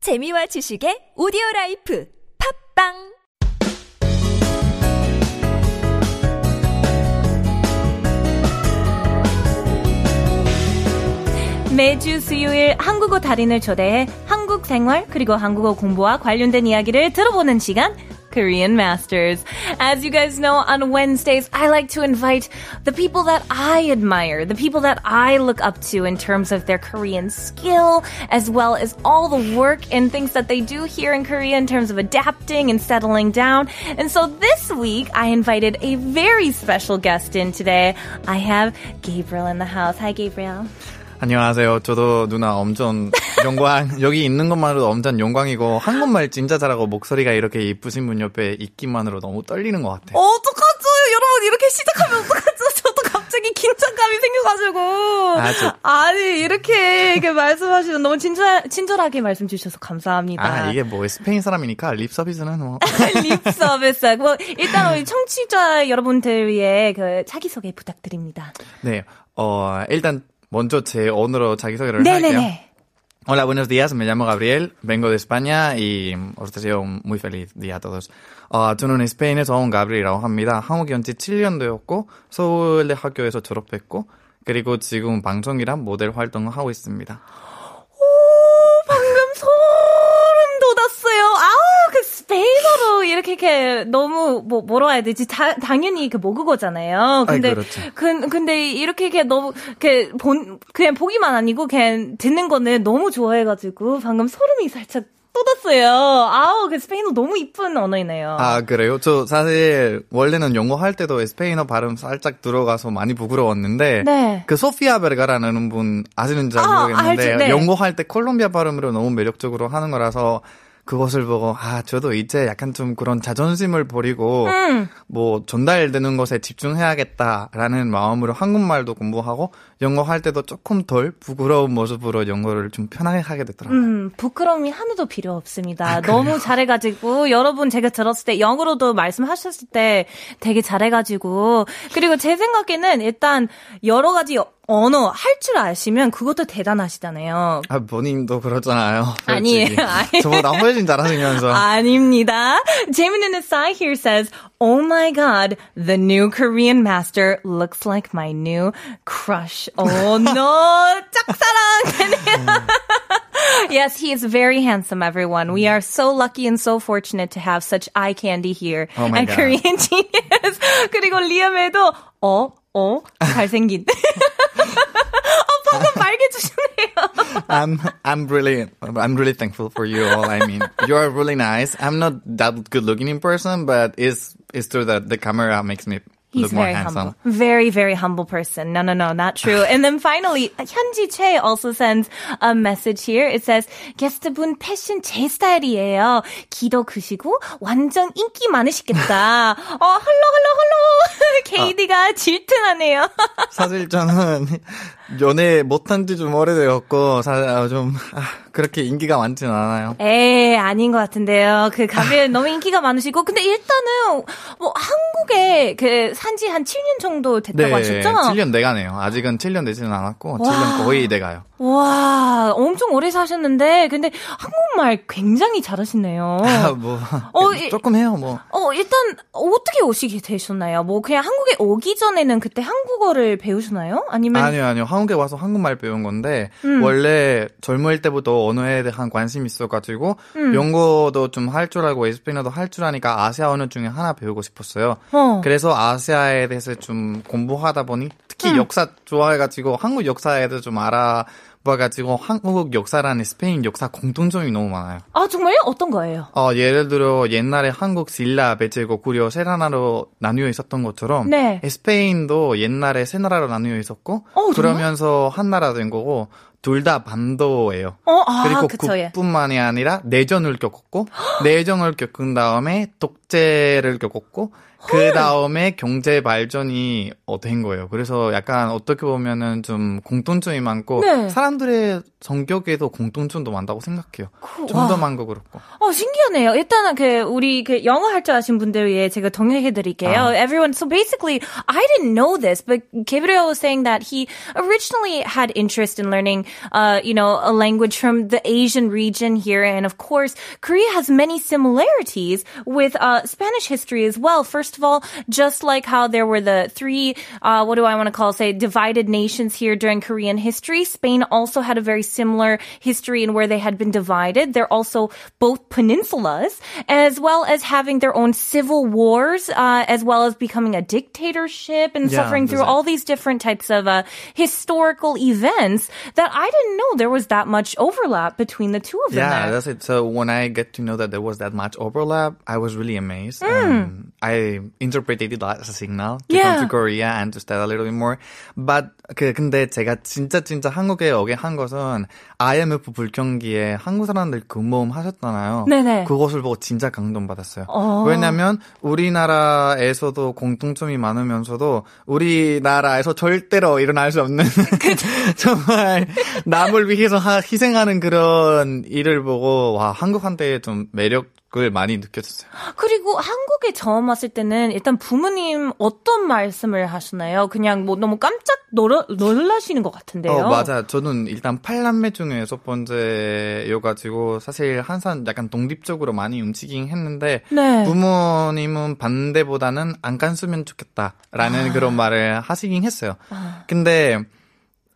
재미와 지식의 오디오 라이프 팝빵 매주 수요일 한국어 달인을 초대해 한국 생활 그리고 한국어 공부와 관련된 이야기를 들어보는 시간. Korean Masters. As you guys know, on Wednesdays, I like to invite the people that I admire, the people that I look up to in terms of their Korean skill, as well as all the work and things that they do here in Korea in terms of adapting and settling down. And so this week, I invited a very special guest in today. I have Gabriel in the house. Hi, Gabriel. 안녕하세요. 저도 누나 엄청 영광 여기 있는 것만으로도 엄청 영광이고 한국말 진짜 잘하고 목소리가 이렇게 이쁘신 분 옆에 있기만으로 너무 떨리는 것 같아요. 어떡하죠? 여러분, 이렇게 시작하면 어떡하죠? 저도 갑자기 긴장감이 생겨가지고. 아, 저- 니 이렇게, 이렇게 말씀하시는 너무 친절, 친절하게 말씀 주셔서 감사합니다. 아 이게 뭐 스페인 사람이니까 립 서비스는 뭐 립 서비스. 뭐, 일단 우리 청취자 여러분들 위해 그 자기소개 부탁드립니다. 네. 어 일단 먼저 제 언어로 자기소개를 할게요. 네네네. Hola, buenos días. Me llamo Gabriel. Vengo de España y os deseo un muy feliz día a todos. 아, 저는 스페인에서 온 가브리라고 합니다. 한국에 온 지 7년 되었고 서울대 학교에서 졸업했고 그리고 지금 방송이랑 모델 활동을 하고 있습니다. 오, 방금 소름 돋았어요. 아우, 그 스페인어로 이렇게 이렇게 너무 뭐 뭐라 해야 되지? 다, 당연히 그 모국어잖아요. 근데 아이, 그렇죠. 근, 근데 이렇게 이렇게 너무 이렇게 본 그냥 보기만 아니고 그냥 듣는 거는 너무 좋아해 가지고 방금 소름이 살짝 돋았어요. 아우, 그 스페인어 너무 이쁜 언어이네요. 아 그래요? 저 사실 원래는 영어 할 때도 스페인어 발음 살짝 들어가서 많이 부끄러웠는데 네. 그 소피아 베르가라는 분 아시는지 아, 모르겠는데 알죠, 네. 영어 할 때 콜롬비아 발음으로 너무 매력적으로 하는 거라서 그것을 보고 아 저도 이제 약간 좀 그런 자존심을 버리고 음. 뭐 전달되는 것에 집중해야겠다라는 마음으로 한국말도 공부하고 영어 할 때도 조금 덜 부끄러운 모습으로 영어를 좀 편하게 하게 됐더라고요. 음, 부끄러움이 하나도 필요 없습니다. 너무 잘해가지고, 여러분 제가 들었을 때, 영어로도 말씀하셨을 때 되게 잘해가지고, 그리고 제 생각에는 일단 여러 가지 언어 할 줄 아시면 그것도 대단하시잖아요. 아 본인도 그렇잖아요. 아니에요. 아, 솔직히. 저보다 훨씬 잘하시면서. 아닙니다. Jamin Asai here says, Oh my god, the new Korean master looks like my new crush. Oh no, 짝사랑. yes, he is very handsome, everyone. We are so lucky and so fortunate to have such eye candy here Oh my at God. Korean Genius. 그리고 리엄에도, 어, 어, 잘생긴. 어, 방금 말개주시네요. I'm I'm really I'm really thankful for you all. I mean, you are really nice. I'm not that good looking in person, but it's it's true that the camera makes me He's look more very handsome. humble. Very, very humble person. No, no, no, not true. And then finally, Hyunji Che also sends a message here. It says, 게스트분 패션 제 스타일이에요. 기도 크시고 완전 인기 많으시겠다. 어, 헐로, 아. 헐로, 헐로. KD가 질투나네요. 사실 저는 연애 못한 지 좀 오래되었고 사- 좀 아, 그렇게 인기가 많진 않아요. 에이, 아닌 것 같은데요. 그 가비엘 너무 인기가 많으시고. 근데 일단은, 뭐, 한국에 그 산지 한 7년 정도 됐다고 하셨죠? 7년 내가네요. 네, 아직은 7년 되지는 않았고 7년 거의 내가요. 와, 엄청 오래 사셨는데, 근데 한국말 굉장히 잘하시네요. 아, 뭐 어, 이- 조금 해요. 뭐 어, 일단, 어떻게 오시게 되셨나요? 뭐, 그냥 한국에 오기 전에는 그때 한국어를 배우셨나요? 아니면, 아니요, 아니요. 한국에 와서 한국말 배운 건데, 원래 젊을 때부터 언어에 대한 관심이 있어가지고, 영어도 좀 할 줄 알고, 에스페인어도 할 줄 아니까 아시아 언어 중에 하나 배우고 싶었어요. 어. 그래서 아시아에 대해서 좀 공부하다 보니, 특히 역사 좋아해가지고, 한국 역사에 대해서 좀 알아봐가지고, 한국 역사라는 스페인 역사 공통점이 너무 많아요. 아, 정말요? 어떤 거예요? 어, 예를 들어 옛날에 한국 신라, 배제고 고려 세 나라로 나뉘어 있었던 것처럼 네. 예, 스페인도 옛날에 세 나라로 나뉘어 있었고 어, 정말? 그러면서 한 나라 된 거고 둘 다 반도예요. 어, 아, 그리고 그쵸, 예. 국뿐만이 아니라 내전을 겪었고 내정을 겪은 다음에 독재를 겪었고 그 다음에 경제 발전이 어, 된 거예요. 그래서 약간 어떻게 보면은 좀 공통점이 많고 네. 사람들의 성격에도 공통점도 많다고 생각해요. 그, 와. 존더만고 그렇고. 어, 신기하네요. 일단은 그 우리 그 영어 할 줄 아신 분들 위해 제가 동역해 드릴게요. 아. Everyone, so basically, I didn't know this, but Gabriel was saying that he originally had interest in learning, uh, you know, a language from the Asian region here, and of course, Korea has many similarities with uh, Spanish history as well. First of all, just like how there were the three, uh, what do I want to call, say, divided nations here during Korean history, Spain also had a very similar history in where they had been divided. They're also both peninsulas, as well as having their own civil wars, uh, as well as becoming a dictatorship and Yeah, suffering through exactly. all these different types of uh, historical events that I didn't know there was that much overlap between the two of them. Yeah, there. that's it. So when I get to know that there was that much overlap, I was really amazed. And I interpreted it as a signal to Yeah. come to Korea and to study a little bit more. But 그 근데 제가 진짜 진짜 한국에 오게 한 것은 IMF 불경기에 한국 사람들 근무음 하셨잖아요. 네네. 그것을 보고 진짜 감동 받았어요. 왜냐면 우리나라에서도 공통점이 많으면서도 우리나라에서 절대로 일어날 수 없는 정말 남을 위해서 하- 희생하는 그런 일을 보고 와 한국한테 좀 매력을 많이 느꼈어요. 그리고 한국에 처음 왔을 때는 일단 부모님 어떤 말씀을 하시나요? 그냥 뭐 너무 깜짝 놀라, 놀라시는 것 같은데요. 어 맞아. 저는 일단 팔남매 중에 첫 번째여가지고 사실 항상 약간 독립적으로 많이 움직이긴 했는데 네. 부모님은 반대보다는 안 간수면 아. 좋겠다라는 그런 말을 하시긴 했어요. 근데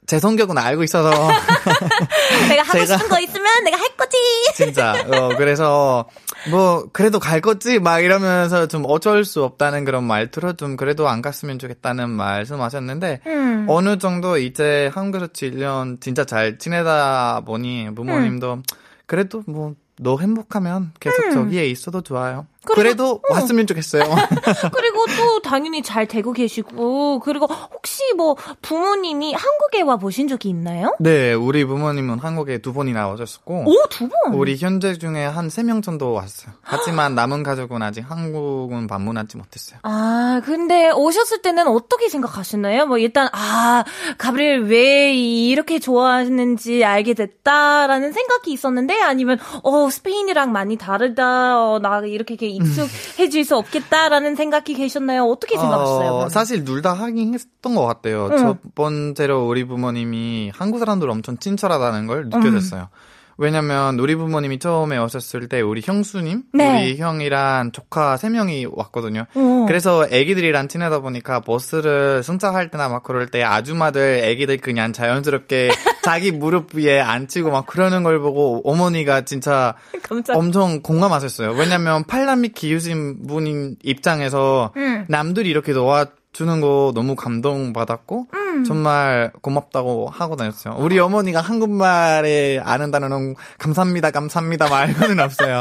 제 성격은 알고 있어서 내가 하고 제가- 싶은 거 있으면 내가 할 거지. 진짜 어 그래서 뭐 그래도 갈 거지 막 이러면서 좀 어쩔 수 없다는 그런 말투로 좀 그래도 안 갔으면 좋겠다는 말씀하셨는데 어느 정도 이제 한국에서 7년 진짜 잘 지내다 보니 부모님도 그래도 뭐 너 행복하면 계속 저기에 있어도 좋아요. 음. 그래도 왔으면 좋겠어요. 그리고 또 당연히 잘 되고 계시고 그리고 혹시 뭐 부모님이 한국에 와 보신 적이 있나요? 네, 우리 부모님은 한국에 두 번이나 오셨었고 오 두 번. 우리 현재 중에 한 세 명 정도 왔어요. 하지만 남은 가족은 아직 한국은 방문하지 못했어요. 아, 근데 오셨을 때는 어떻게 생각하셨나요? 뭐 일단 아, 가브리엘 왜 이렇게 좋아하는지 알게 됐다라는 생각이 있었는데 아니면 어, 스페인이랑 많이 다르다. 어, 나 이렇게 이렇게 익숙해질 수 없겠다라는 생각이 계셨나요? 어떻게 생각하셨어요? 어, 그럼? 사실 둘 다 하긴 했던 것 같아요. 첫 번째로 우리 부모님이 한국 사람들 엄청 친절하다는 걸 느껴졌어요. 음. 왜냐면 우리 부모님이 처음에 오셨을 때 우리 형수님, 네. 우리 형이랑 조카 세 명이 왔거든요. 어. 그래서 애기들이랑 친하다 보니까 버스를 승차할 때나 막 그럴 때 아줌마들 애기들 그냥 자연스럽게 자기 무릎 위에 앉히고 막 그러는 걸 보고 어머니가 진짜 깜짝 엄청 공감하셨어요. 왜냐면 팔남이 기우신 분인 입장에서 음. 남들이 이렇게 도와주는 거 너무 감동받았고 음. 정말 고맙다고 하고 다녔어요. 우리 어머니가 한국말에 아는 단어는 감사합니다, 감사합니다 말고는 없어요.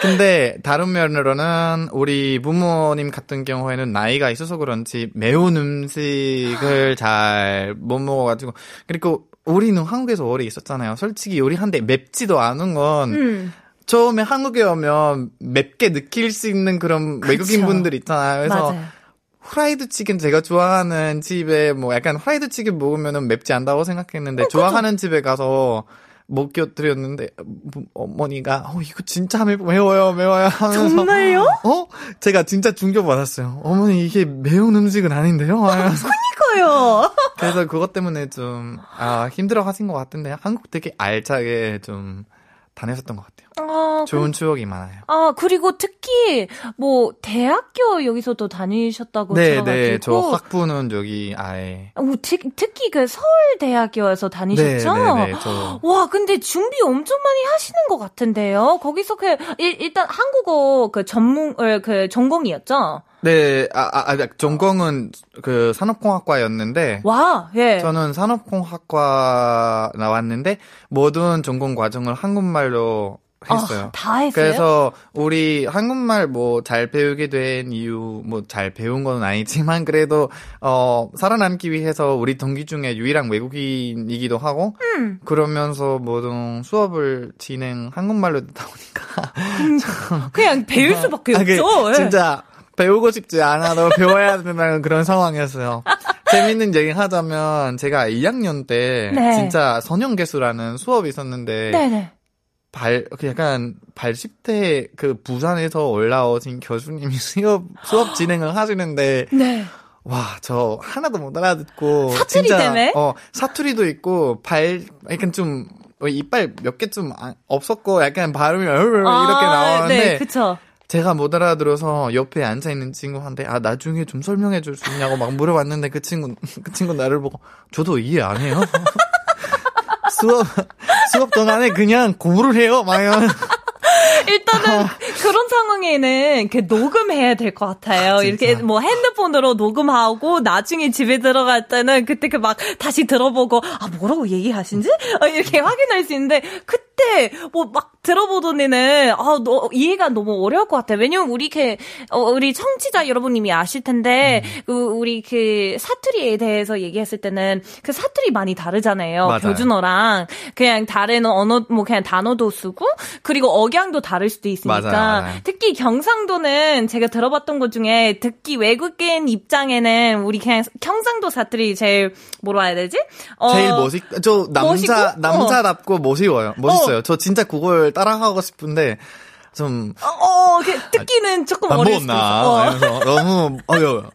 근데 다른 면으로는 우리 부모님 같은 경우에는 나이가 있어서 그런지 매운 음식을 잘 못 먹어가지고 그리고 우리는 한국에서 오래 있었잖아요. 솔직히 요리한데 맵지도 않은 건 처음에 한국에 오면 맵게 느낄 수 있는 그런 외국인 분들 있잖아요. 그래서 맞아요. 후라이드 치킨 제가 좋아하는 집에 뭐 약간 후라이드 치킨 먹으면은 맵지 않다고 어, 생각했는데 좋아하는 집에 가서 먹여드렸는데 어머니가 어 이거 진짜 매- 매워요 매워요 하면서 정말요? 어 제가 진짜 충격 받았어요 어머니 이게 매운 음식은 아닌데요 하면서 커요. 그래서 그것 때문에 좀 아, 힘들어 하신 것 같은데 한국 되게 알차게 좀 다녔었던 것 같아요 아, 좋은 추억이 많아요 아, 그리고 특히 뭐 대학교 여기서도 다니셨다고 네뭐 들어가지고 네 저 학부는 여기 아예 오, 특, 특히 그 서울대학교에서 다니셨죠? 네네네 저 와, 근데 준비 엄청 많이 하시는 것 같은데요. 거기서 그 일, 단 한국어 그 전문 어, 그 전공이었죠. 네, 아, 아, 아, 전공은 그 산업공학과였는데 와, 예. 저는 산업공학과 나왔는데 모든 전공 과정을 한국말로 했어요. 아, 다 했어요. 그래서 우리 한국말 뭐 잘 배우게 된 이유 뭐 잘 배운 건 아니지만 그래도 어 살아남기 위해서 우리 동기 중에 유일한 외국인이기도 하고 음. 그러면서 모든 수업을 진행 한국말로 듣다 보니까 그냥 배울 수밖에 아, 그 없죠. 예. 진짜 배우고 싶지 않아도 배워야 된다는 그런 상황이었어요. 재밌는 얘기 하자면 제가 2학년 때 네. 진짜 선형계수라는 수업이 있었는데 네네. 발, 그 약간 80대 그 부산에서 올라오신 교수님이 수업, 수업 진행을 하시는데 네. 와, 저 하나도 못 알아듣고. 사투리 진짜, 때문에? 어, 사투리도 있고, 발, 약간 좀, 어, 이빨 몇 개 좀 없었고, 약간 발음이 이렇게 나오는데. 아, 네, 그쵸. 제가 못 알아들어서 옆에 앉아있는 친구한테, 아, 나중에 좀 설명해 줄 수 있냐고 막 물어봤는데 그 친구, 그 친구 나를 보고, 저도 이해 안 해요. 수업, 수업 동안에 그냥 공부를 해요. 막 이런. 일단은 그런 상황에는 이렇게 녹음해야 될 것 같아요. 이렇게 뭐 핸드폰으로 녹음하고 나중에 집에 들어갈 때는 그때 그 막 다시 들어보고 아 뭐라고 얘기하신지 어, 이렇게 확인할 수 있는데 그때 뭐 막 들어보던 애는 아너 이해가 너무 어려울 것 같아요. 왜냐면 우리 이렇게 어, 우리 청취자 여러분님이 아실 텐데 그 우리 그 사투리에 대해서 얘기했을 때는 그 사투리 많이 다르잖아요. 맞아요. 표준 언어랑 어, 그냥 다른 언어 뭐 그냥 단어도 쓰고 그리고 억양도 다를 수도 있으니까 맞아요, 맞아요. 특히 경상도는 제가 들어봤던 것 중에 듣기 외국인 입장에는 우리 그냥 경상도 사투리 제일 뭐라 해야 되지? 어, 제일 멋있, 저 남자, 멋있고? 어. 남자답고 멋이워요. 멋있어요. 저 진짜 그걸 따라하고 싶은데, 좀, 어, 어, 그 듣기는 조금 안 어려울 수도 아, 있어. 먹었나. 어. 이러면서 너무, 어여,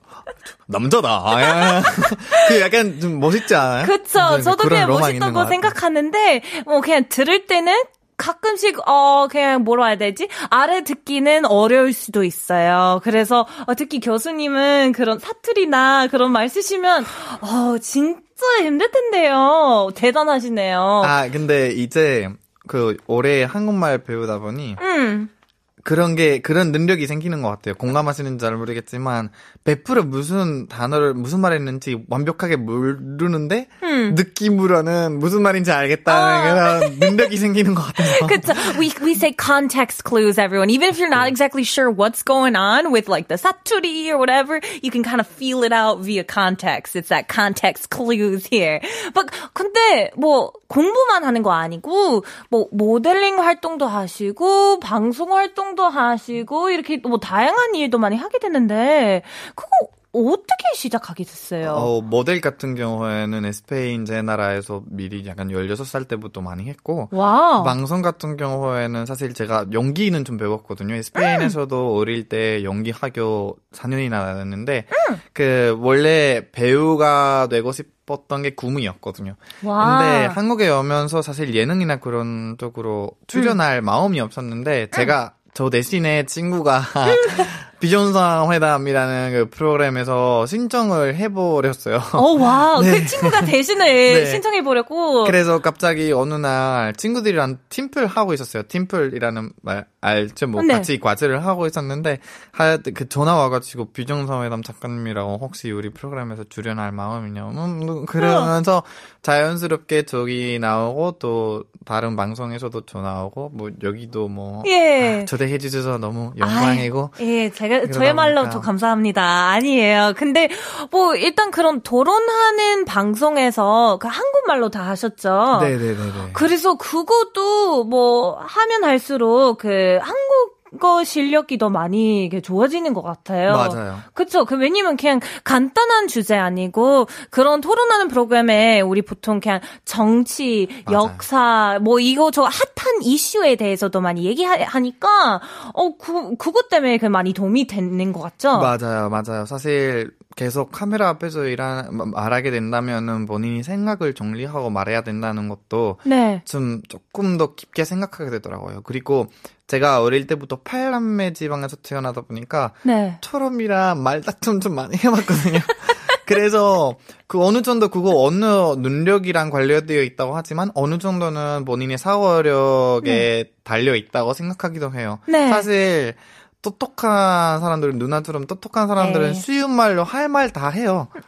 남자다. 그 약간 좀 멋있지 않아요? 네, 그쵸. 저도 그런 그냥 로망이 멋있던 있는 것 거 같아요. 생각하는데, 뭐, 그냥 들을 때는 가끔씩, 어, 그냥 뭐라 해야 되지? 아래 듣기는 어려울 수도 있어요. 그래서, 어, 특히 교수님은 그런 사투리나 그런 말 쓰시면, 어, 진짜 힘들 텐데요. 대단하시네요. 아, 근데 이제 그 올해 한국말 배우다 보니 음. 그런 게 그런 능력이 생기는 것 같아요. 공감하시는지 잘 모르겠지만 100% 무슨 단어를 무슨 말했는지 완벽하게 모르는데 느낌으로는 무슨 말인지 알겠다는 그런 능력이 생기는 것 같아요. Good. So we we say context clues, everyone. Even if you're not exactly sure what's going on with like the saturi or whatever, you can kind of feel it out via context. It's that context clues here. But 근데 뭐 공부만 하는 거 아니고 뭐 모델링 활동도 하시고 방송 활동도 하시고 이렇게 뭐 다양한 일도 많이 하게 되는데 그거 어떻게 시작하게 됐어요? 어, 모델 같은 경우에는 스페인 제 나라에서 미리 약간 16살 때부터 많이 했고 와우. 방송 같은 경우에는 사실 제가 연기는 좀 배웠거든요. 스페인에서도 어릴 때 연기 학교 4년이나 다녔는데 그 원래 배우가 되고 싶었던 게 구미였거든요. 와. 근데 한국에 오면서 사실 예능이나 그런 쪽으로 출연할 마음이 없었는데 제가 저 대신에 친구가 비정상 회담이라는 그 프로그램에서 신청을 해버렸어요. 어, 와우. 네. 그 친구가 대신을 신청해보려고. 그래서 갑자기 어느 날 친구들이랑 팀플 하고 있었어요. 팀플이라는 말 알죠? 뭐 네. 같이 과제를 하고 있었는데 하여튼 그 전화 와가지고 비정상회담 작가님이라고 혹시 우리 프로그램에서 출연할 마음이냐? 음, 음, 그러면서 자연스럽게 저기 나오고 또 다른 방송에서도 전화 오고 뭐 여기도 뭐 예. 아, 초대해 주셔서 너무 영광이고 아이, 예, 제가 그러다 저야말로 보니까. 더 감사합니다. 아니에요. 근데 뭐 일단 그런 토론하는 방송에서 그 한국말로 다 하셨죠. 네네네네. 그래서 그것도 뭐 하면 할수록 그 한국어 실력이 더 많이 이게 좋아지는 것 같아요. 맞아요. 그쵸. 그, 왜냐면 그냥 간단한 주제 아니고 그런 토론하는 프로그램에 우리 보통 그냥 정치, 맞아요. 역사, 뭐 이거 저 핫한 이슈에 대해서도 많이 얘기하니까 어, 그, 그것 때문에 그 많이 도움이 되는 것 같죠? 맞아요, 맞아요. 사실 계속 카메라 앞에서 일하, 마- 말하게 된다면은 본인이 생각을 정리하고 말해야 된다는 것도 네. 좀 조금 더 깊게 생각하게 되더라고요. 그리고 제가 어릴 때부터 팔남매 지방에서 태어나다 보니까 네. 초롬이랑 말다툼 좀 많이 해봤거든요. 그래서 그 어느 정도 그거 어느 능력이랑 관련되어 있다고 하지만 어느 정도는 본인의 사고력에 달려 있다고 생각하기도 해요. 네. 사실 똑똑한 사람들은 누나처럼 똑똑한 사람들은 네. 쉬운 말로 할 말 다 해요. 네.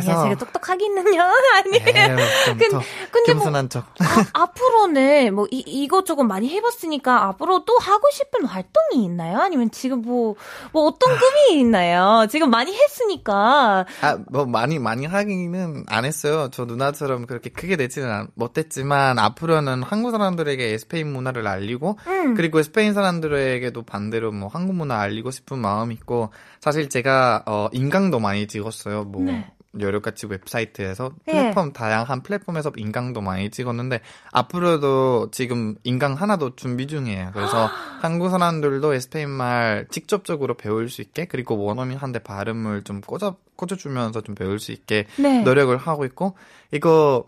아니야, 제가 똑똑하기는요. 아니에요. 에휴, 네. 근- 좀더 근데 뭐- 겸손한 척. 아, 앞으로는 뭐 이, 이것저것 많이 해봤으니까 앞으로 또 하고 싶은 활동이 있나요? 아니면 지금 뭐, 뭐 어떤 꿈이 있나요? 지금 많이 했으니까. 아, 뭐 많이 많이 하기는 안 했어요. 저 누나처럼 그렇게 크게 내지는 않- 못했지만 앞으로는 한국 사람들에게 스페인 문화를 알리고 음, 그리고 스페인 사람들에게도 반대로 뭐 한국 문화 알리고 싶은 마음이 있고 사실 제가 어 인강도 많이 찍었어요. 뭐 네. 여러 가지 웹사이트에서 예. 플랫폼 다양한 플랫폼에서 인강도 많이 찍었는데 앞으로도 지금 인강 하나도 준비 중이에요. 그래서 한국 사람들도 스페인 말 직접적으로 배울 수 있게 그리고 원어민한테 발음을 좀 꽂아 꽂아주면서 좀 배울 수 있게 네. 노력을 하고 있고 이거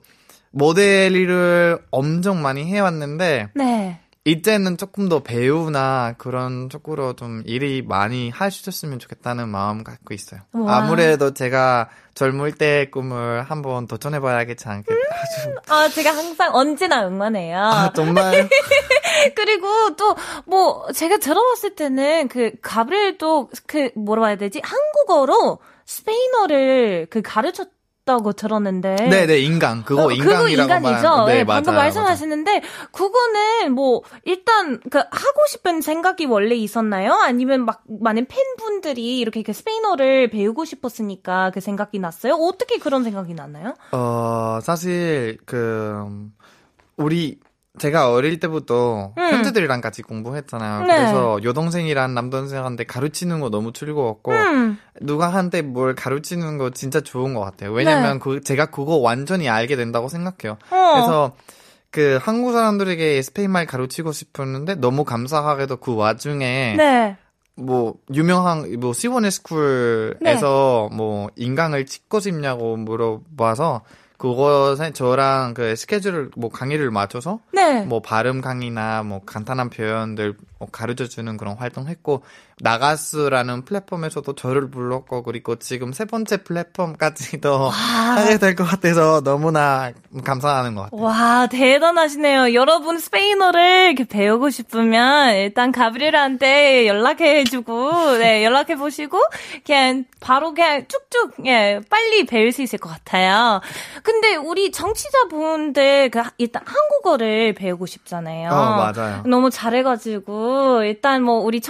모델 일을 엄청 많이 해왔는데 네. 이제는 조금 더 배우나 그런 쪽으로 좀 일이 많이 하셨으면 좋겠다는 마음 갖고 있어요. 와. 아무래도 제가 젊을 때의 꿈을 한번 도전해봐야겠지 않겠 아주 아, 제가 항상 언제나 응원해요. 아, 네. 정말 그리고 또 뭐 제가 들어봤을 때는 그 가브리엘도 그 뭐라 해야 되지 한국어로 스페인어를 그 가르쳤다고 들었는데 네네 인강 그거 어, 인강이라고 그거 인간이죠. 말하는 네, 네, 방금 맞아요, 말씀하시는데 그거는 뭐 일단 그 하고 싶은 생각이 원래 있었나요? 아니면 막 많은 팬분들이 이렇게 그 스페인어를 배우고 싶었으니까 그 생각이 났어요? 어떻게 그런 생각이 났나요? 어, 사실, 그, 우리, 제가 어릴 때부터 음. 형제들이랑 같이 공부했잖아요. 네. 그래서 여동생이랑 남동생한테 가르치는 거 너무 즐거웠고, 음, 누가 한테 뭘 가르치는 거 진짜 좋은 것 같아요. 왜냐면 그, 제가 그거 완전히 알게 된다고 생각해요. 네. 어. 그래서 그 한국 사람들에게 스페인말 가르치고 싶었는데 너무 감사하게도 그 와중에 네. 뭐 유명한 뭐 시원의 네. 스쿨에서 뭐 인강을 찍고 싶냐고 물어봐서 그것에 저랑 그 스케줄을 뭐 강의를 맞춰서 네. 뭐 발음 강의나 뭐 간단한 표현들 뭐 가르쳐 주는 그런 활동했고 나가스라는 플랫폼에서도 저를 불렀고 그리고 지금 세 번째 플랫폼까지도 하게 될 것 같아서 너무나 감사하는 것 같아요. 와, 대단하시네요. 여러분 스페인어를 이렇게 배우고 싶으면 일단 가브리엘한테 연락해주고, 네, 연락해보시고, 그냥 바로 그냥 쭉쭉, 예, 빨리 배울 수 있을 것 같아요. 근데 우리 정치자분들 그 하- 일단 한국어를 배우고 싶잖아요. 어, 맞아요. 너무 잘해가지고 일단 뭐 우리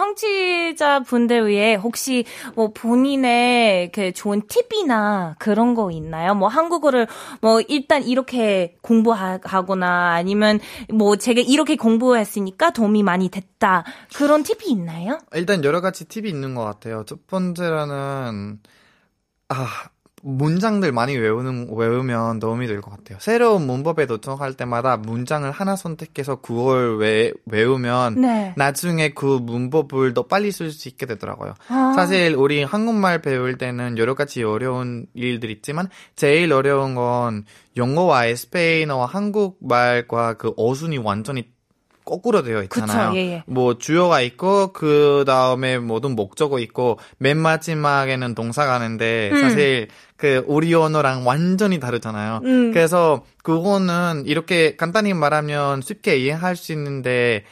청취자분들 위해 혹시 뭐 본인의 그 좋은 팁이나 그런 거 있나요? 뭐 한국어를 뭐 일단 이렇게 공부하거나 아니면 뭐 제가 이렇게 공부했으니까 도움이 많이 됐다 그런 팁이 있나요? 일단 여러 가지 팁이 있는 것 같아요. 첫 번째로는 아 문장들 많이 외우는 외우면 도움이 될 것 같아요. 새로운 문법에 도전할 때마다 문장을 하나 선택해서 그걸 외, 외우면 네. 나중에 그 문법을 더 빨리 쓸 수 있게 되더라고요. 아. 사실 우리 한국말 배울 때는 여러 가지 어려운 일들이 있지만 제일 어려운 건 영어와 스페인어와 한국말과 그 어순이 완전히 거꾸로 되어 있잖아요. 그쵸, 예, 예. 뭐 주어가 있고 그 다음에 모든 목적어 있고 맨 마지막에는 동사가 하는데 음. 사실 그 우리 언어랑 완전히 다르잖아요. 음. 그래서 그거는 이렇게 간단히 말하면 쉽게 이해할 수 있는데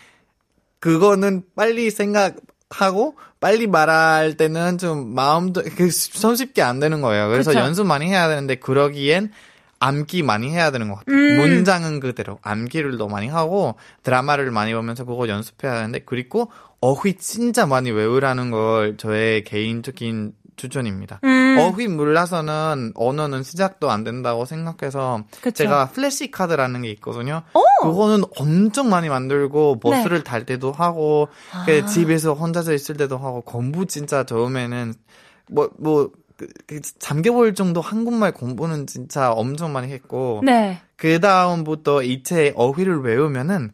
그거는 빨리 생각하고 빨리 말할 때는 좀 마음도 그 손쉽게 안 되는 거예요. 그래서 그쵸. 연습 많이 해야 되는데 그러기엔 암기 많이 해야 되는 것 같아요. 음. 문장은 그대로 암기를 더 많이 하고 드라마를 많이 보면서 그거 연습해야 하는데 그리고 어휘 진짜 많이 외우라는 걸 저의 개인적인 추천입니다. 음. 어휘 몰라서는 언어는 시작도 안 된다고 생각해서 그쵸. 제가 플래시 카드라는 게 있거든요. 그거는 엄청 많이 만들고 네. 버스를 탈 때도 하고 그 아. 집에서 혼자서 있을 때도 하고 공부 진짜 처음에는 뭐뭐 그, 잠겨볼 정도 한국말 공부는 진짜 엄청 많이 했고 네. 그 다음부터 이체 어휘를 외우면은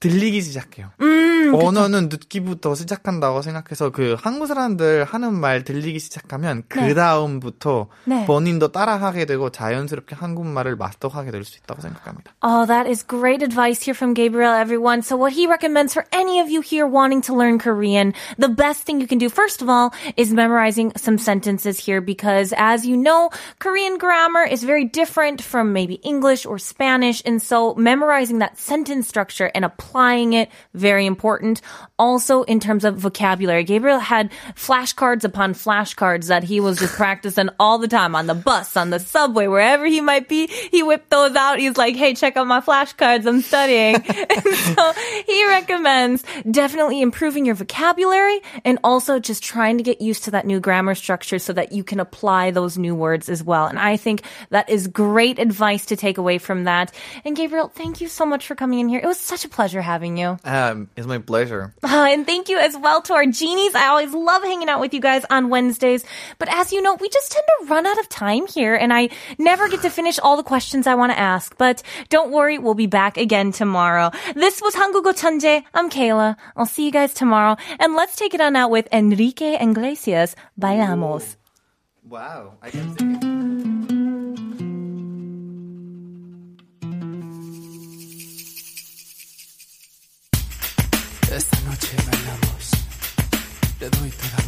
들리기 시작해요. 음. 언어는 듣기부터 시작한다고 생각해서 그 한국 사람들 하는 말 들리기 시작하면 네. 그 다음부터 네. 본인도 따라하게 되고 자연스럽게 한국말을 마스터하게 될 수 있다고 생각합니다. Oh, that is great advice here from Gabriel, everyone. So what he recommends for any of you here wanting to learn Korean, the best thing you can do, first of all, is memorizing some sentences here because as you know, Korean grammar is very different from maybe English or Spanish. And so memorizing that sentence structure and applying it, very important. important also in terms of vocabulary. Gabriel had flashcards upon flashcards that he was just practicing all the time on the bus, on the subway, wherever he might be. He whipped those out. He's like, hey, check out my flashcards. I'm studying. and so he recommends definitely improving your vocabulary and also just trying to get used to that new grammar structure so that you can apply those new words as well. And I think that is great advice to take away from that. And Gabriel, thank you so much for coming in here. It was such a pleasure having you. Um, it's my pleasure. Uh, and thank you as well to our genies. I always love hanging out with you guys on Wednesdays. But as you know, we just tend to run out of time here, and I never get to finish all the questions I want to ask. But don't worry, we'll be back again tomorrow. This was 한국어 천재. I'm Kayla. I'll see you guys tomorrow. And let's take it on out with Enrique Iglesias. Bailamos. Wow. I can sing it. Esta noche bailamos. Te doy toda mi